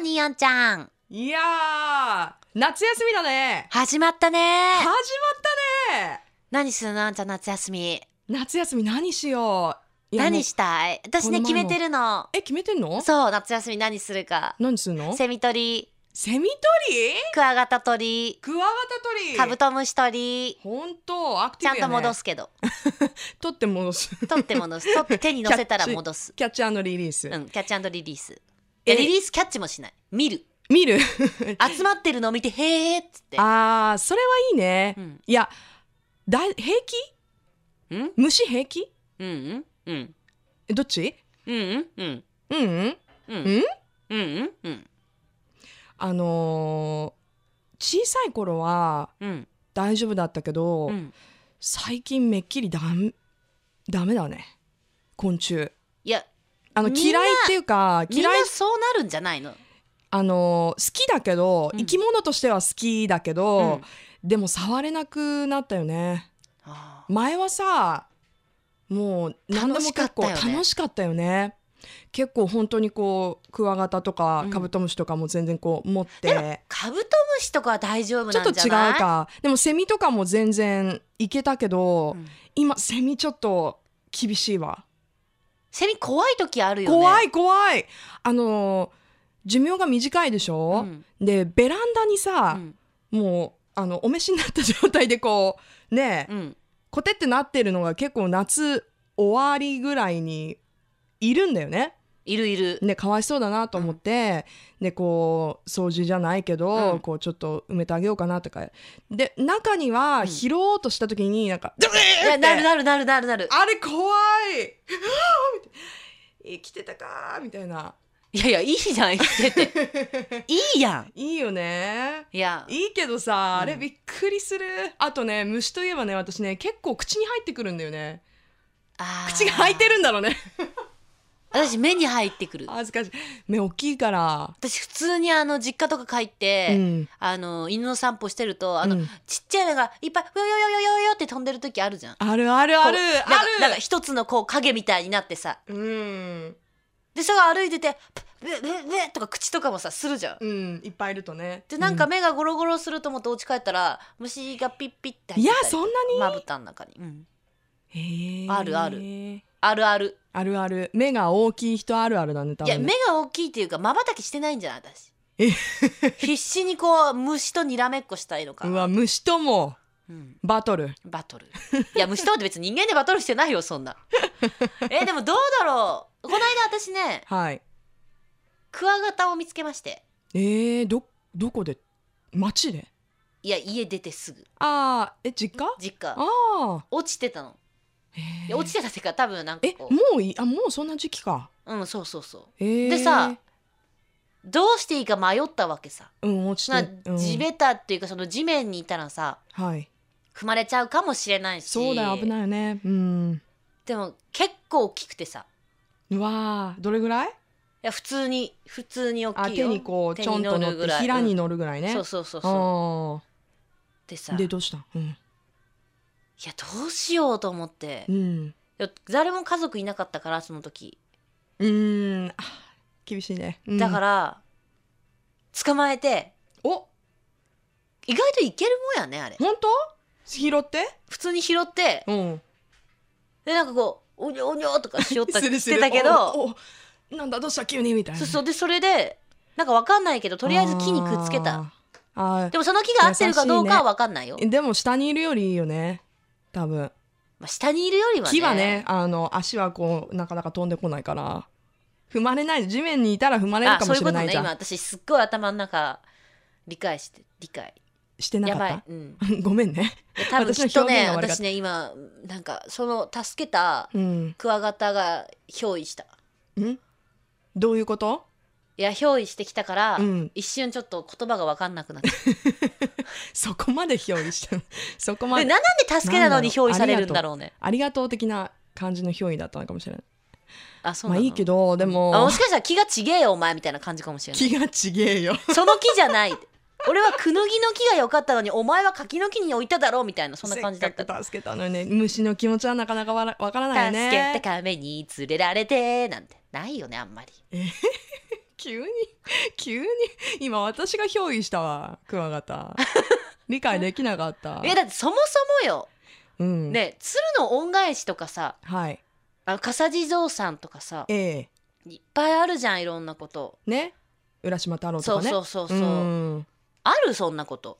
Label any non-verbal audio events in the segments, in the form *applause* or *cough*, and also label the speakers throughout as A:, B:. A: にーあんちゃん。
B: いやー、夏休みだね。
A: 始まったね
B: 始まったね。
A: 何するのあんちゃん夏休み。
B: 夏休み何しよう。いやもう
A: 何したい私ね、
B: この
A: 決
B: 前
A: め
B: も
A: てるの。
B: え、決めてんの
A: そう、夏休み何するか。
B: 何するの
A: セミ取り、
B: セミ取り
A: クワガタ取
B: クワガタ取
A: り、
B: り
A: カブトムシ取り、
B: ほんと、アク
A: ち
B: ティ
A: ゃ
B: ブ
A: ん
B: や
A: と
B: ね。
A: 戻。すけど。
B: 取って戻す。 *laughs*
A: 取って戻 *laughs* す。取って手に乗せたら戻す。
B: キャッチリリース。
A: うん、キャッチリリース。いや
B: え
A: リリースキャッチもしない。見る。
B: 見
A: *laughs*
B: る
A: 集まってるのを見て、へーっつって。
B: あー、それはいいね
A: う。ん。
B: いや、だ平気
A: うん
B: 虫平気
A: うんうんうん。
B: えどっち
A: うんうんうん。
B: うんうん。
A: うん
B: ん
A: うんうんうん
B: あのー、小さい頃は
A: うん
B: 大丈夫だったけど、
A: うん
B: 最近めっきりダメダメだね昆虫
A: いや
B: あの
A: みんな
B: 嫌いっていうか
A: みん
B: 嫌
A: ないそうなるんじゃないの
B: あの好きだけど、
A: うん
B: 生き物としては好きだけ
A: うん
B: ど、でも触れなくなったよね
A: あ
B: 前はさもう何でも結構
A: 楽しかったよね
B: 楽しかったよね結構本当にこうクワガタとか
A: うん
B: カブトムシとかも全然こう持って、
A: でもカブトムシとかは大丈夫
B: ちょっと
A: なんじ
B: 違
A: ゃ
B: う
A: ない
B: かでもセミとかも全然いけたけど、
A: うん
B: 今セミちょっと厳しいわ
A: セミ怖い時あるよね
B: 怖い怖いあのー寿命が短いでし
A: う
B: ょ、
A: ん
B: でベランダに
A: う
B: さ、
A: ん
B: もうあのお召しになった状態でこうねえ
A: うん
B: コテってなってるのが結構夏終わりぐらいにいるんだよね
A: いるいる
B: でかわいそうだなと思って、でこう掃除じゃないけど、
A: うん
B: こうちょっと埋めてあげようかなとかで中には
A: ん
B: 拾おうとした時になんか「ドゥ
A: い
B: ー
A: や
B: って
A: なるなるなるなるなる
B: あれ怖い *laughs* 生きてたかーみたいない
A: やいやいいじゃん生きてていいや
B: *laughs* いいよね
A: んいや
B: いいけどさ、
A: うん
B: あれびっくりするあとね虫といえばね私ね結構口に入ってくるんだよね口が開いて
A: る
B: るんだろうね *laughs*
A: 私目に入ってくる
B: 恥ずかしい目大きいから、
A: 私普通にあの実家とか帰って、
B: うん
A: あの犬の散歩してるとあの、
B: うん
A: ちっちゃいのがいっぱい「うよよよよよよ」って飛んでる時あるじゃん
B: あるあるある
A: こうなんかな
B: あ
A: んか
B: る
A: 一つのこう影みたいになってさ
B: うん
A: でそれが歩いてて「プッブッブッブッ」とか口とかもさするじゃん。
B: うんいっぱいいるとね
A: でなんか
B: う
A: 目がゴロゴロすると思ってお家帰ったら虫がピッピッって入
B: い
A: っ
B: や
A: てたり
B: そんなに、
A: まぶたの中に、うん、
B: へー
A: あるあるあるある、
B: あるある目が大きい人あるあるだね多
A: いや
B: 分
A: 目
B: ね
A: が大きいっていうかまばたきしてないんじゃない私
B: え
A: 必死にこう虫とにらめっこしたいのか
B: うわ虫とも
A: うん
B: バトル
A: バトルいや虫とって別に人間でバトルしてないよそ
B: *laughs*
A: んなえでもどうだろうこの間私ね
B: はい
A: クワガタを見つけまして
B: えー、どどこで街で
A: いや家出てすぐ
B: ああえ実家
A: 実家
B: ああ
A: 落ちてたのいや落ち
B: て
A: てたっていうか多分なんか
B: え
A: こ
B: もういいあもうそんな時期か
A: ううんそうそうそう
B: えー、
A: でさどうしていいか迷ったわけさ
B: うん落ち
A: な
B: てうん
A: 地べたっていうかその地面にいたらさ
B: はい
A: 踏まれちゃうかもしれないし
B: そうだよ危ないよねうん
A: でも結構大きくてさ
B: うわーどれぐらい
A: いや普通に普通に大
B: あ
A: きいよ
B: 手にこう
A: 手
B: ちょ
A: に
B: んと
A: 乗
B: 乗
A: る
B: っ
A: ぐ
B: て
A: らい
B: ひらに乗るぐらいね、
A: そうそうそうそう
B: あ
A: でさ
B: あでどうしたうん、
A: いやどうしようと思って
B: うん、
A: いや誰も家族いなかったからその時
B: うーんあ厳しいね、うん
A: だから、捕まえて
B: お
A: 意外といけるもんやねあれ
B: 本当拾って
A: 普通に拾って
B: うん
A: でなんかこうおにょおにょとかしよっ
B: *laughs*
A: た
B: す
A: り
B: る
A: し
B: す
A: て
B: る
A: たけ
B: お
A: ど
B: おなんだどうした急にみたいな
A: そうそうでそれでなんかわかんないけどとりあえず木にくっつけた
B: あーあ
A: でもその木が合ってるかどうかはわかんないよ
B: ーでも下にいるよりいいよね多分
A: まあ、下にいるよりはね
B: 木はねあの足はこうなかなか飛んでこないから踏まれない地面にいたら踏まれる
A: あ
B: か
A: そ
B: も
A: ういう
B: し
A: こ
B: れ
A: と
B: ない
A: ね
B: じゃ
A: 今
B: ん
A: 私すっごい頭の中理解して理解
B: してな
A: や
B: か
A: ば
B: っ
A: い、うん、
B: た *laughs* ごめんね
A: いや多分
B: 私
A: き
B: の
A: っとね
B: 表現が悪かった
A: 私ね今なんかその助けた
B: うん
A: クワガタが憑依した
B: んどういうこと
A: いや憑依してきたから、
B: うん
A: 一瞬ちょっと言葉が分かんなくなった
B: そこまで憑依した *laughs* そ *laughs* こま
A: で
B: で
A: ななんで助けなのに憑依されるんだろうね
B: ありがとう的な感じの憑依だったのかもしれない
A: あそう
B: ま
A: な
B: あ
A: の、
B: いいけどで
A: あ
B: も
A: もしかしたら気がちげえよお前みたいな感じかもしれない
B: 気がちげえよ
A: その木じゃない俺はクヌギの木が良かったのにお前は柿の木に置いただろうみたいなそんな感じだった
B: せっかく助けたのにね虫の気持ちはなかなかわらわからないよ
A: 助け
B: ね
A: た亀に連れられてなんてないよねあんまり
B: 急に急に今私が憑依したわクワガ
A: *laughs*
B: タ理解できなかった
A: えだってそもそもよ
B: うん
A: ね鶴の恩返しとかさ
B: はい
A: あ笠地蔵さんとかさ
B: ええ
A: いっぱいあるじゃんいろんなこと、
B: ね浦島太郎と
A: そ
B: か
A: う
B: ね
A: そうそうそう、
B: うん *laughs*
A: あるそんなこと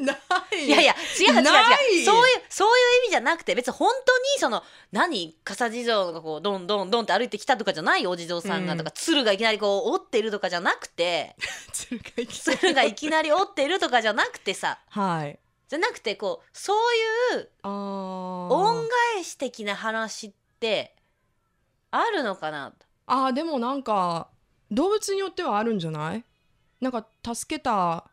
B: ない
A: いやいや違う違う違う
B: ない
A: そういうそういう意味じゃなくて別に本当にその何笠地蔵がこうどんどんどんって歩いてきたとかじゃないお地蔵さんがとか、
B: うん
A: 鶴がいきなりこう折ってるとかじゃなくて *laughs*
B: 鶴が生きてる
A: 鶴がいきなり折ってるとかじゃなくてさ
B: *laughs* はい
A: じゃなくてこうそういう
B: あー
A: 恩返し的な話ってあるのかな
B: あーでもなんか動物によってはあるんじゃないなんか助けた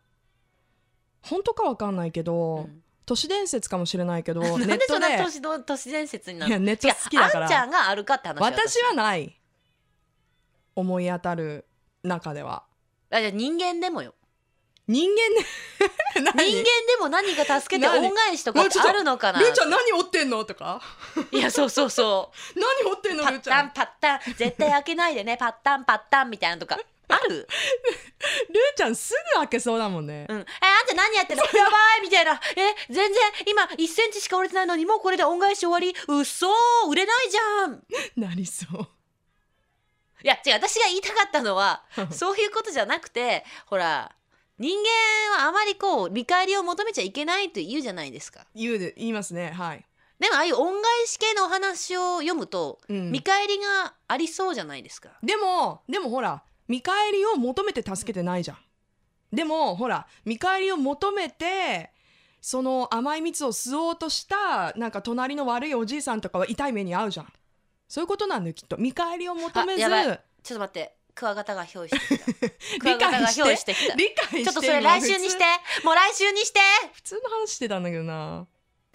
B: 本当かわかんないけど、
A: うん
B: 都市伝説かもしれないけど
A: *laughs* なん
B: ネッ
A: でそ
B: ト
A: ん
B: で
A: な都市ど都市伝説にない
B: や
A: るの
B: ネット
A: 違う
B: 好きだか
A: あ
B: ら
A: んちゃんがあるかって話
B: 私はない思い当たる中では
A: あじゃあ人間でもよ
B: 人間ね *laughs*
A: 人間でも何か助けて
B: 何
A: 恩返しとかってあるのかな
B: ルーちゃん何折ってんのとか
A: いやそうそうそ
B: *laughs*
A: う
B: 何折ってんの
A: パ
B: ルー
A: ッ
B: ち
A: タ
B: ゃん
A: ンパッタン絶対開けないでねパッタンパッタンみたいなのと
B: *laughs*
A: かある
B: ルーちゃんすぐ開けそうだもんね
A: うん、えあんた何やってんのやばいみたいなえ全然今1センチしか折れてないのにもうこれで恩返し終わりうっそー売れないじゃん
B: *laughs* なりそう
A: いや違う私が言いたかったのは
B: そ
A: そういうことじゃなくてほら人間はあまりこう見返りを求めちゃいけないと言うじゃないですか
B: 言うで言いますねはい、
A: でもああいう恩返し系のお話を読むと
B: うん
A: 見返りがありそうじゃないですか、
B: でもでもほら見返りを求めて助けてないじゃんでもほら見返りを求めてその甘い蜜を吸おうとしたなんか隣の悪いおじいさんとかは痛い目に遭うじゃんそういうことなんだよきっと見返りを求めず
A: あやばいちょっと待ってクワガタが憑依してきたク
B: *laughs*
A: ワ
B: 理
A: ガタが
B: 解
A: 憑依し
B: して
A: てきた
B: 理解して
A: ちょっとそれ来週にしてもう来週にして
B: 普通の話してたんだけどな